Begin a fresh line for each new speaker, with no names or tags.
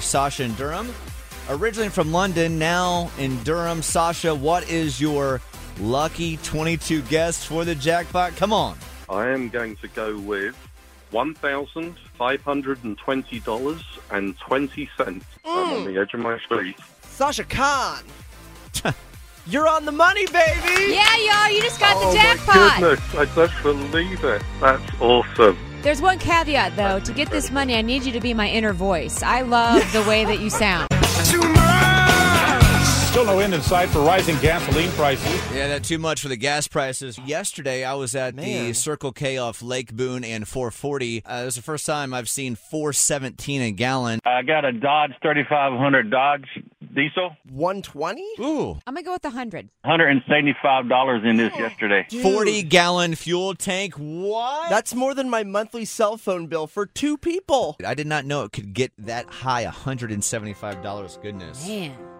Sasha in Durham. Originally from London, now in Durham. Sasha, what is your lucky 22 guess for the jackpot? Come on.
I am going to go with $1,520.20. I'm on the edge of my seat.
Sasha Khan. You're on the money, baby.
Yeah, y'all, you just got
oh
the jackpot.
my goodness, I don't believe it. That's awesome.
There's one caveat, though. To get this money, I need you to be my inner voice. I love the way that you sound.
Still no end in sight for rising gasoline prices.
Yeah, that too much for the gas prices. Yesterday, I was at the
Man.
Circle K off Lake Boone and 440. Uh, it was the first time I've seen 417 a gallon.
I got a Dodge 3500 Dodge diesel.
120?
Ooh,
I'm going to go with the 100.
$175 in this yesterday.
40 gallon fuel tank. What?
That's more than my monthly cell phone bill for two people.
I did not know it could get that high. $175. Goodness.
Man.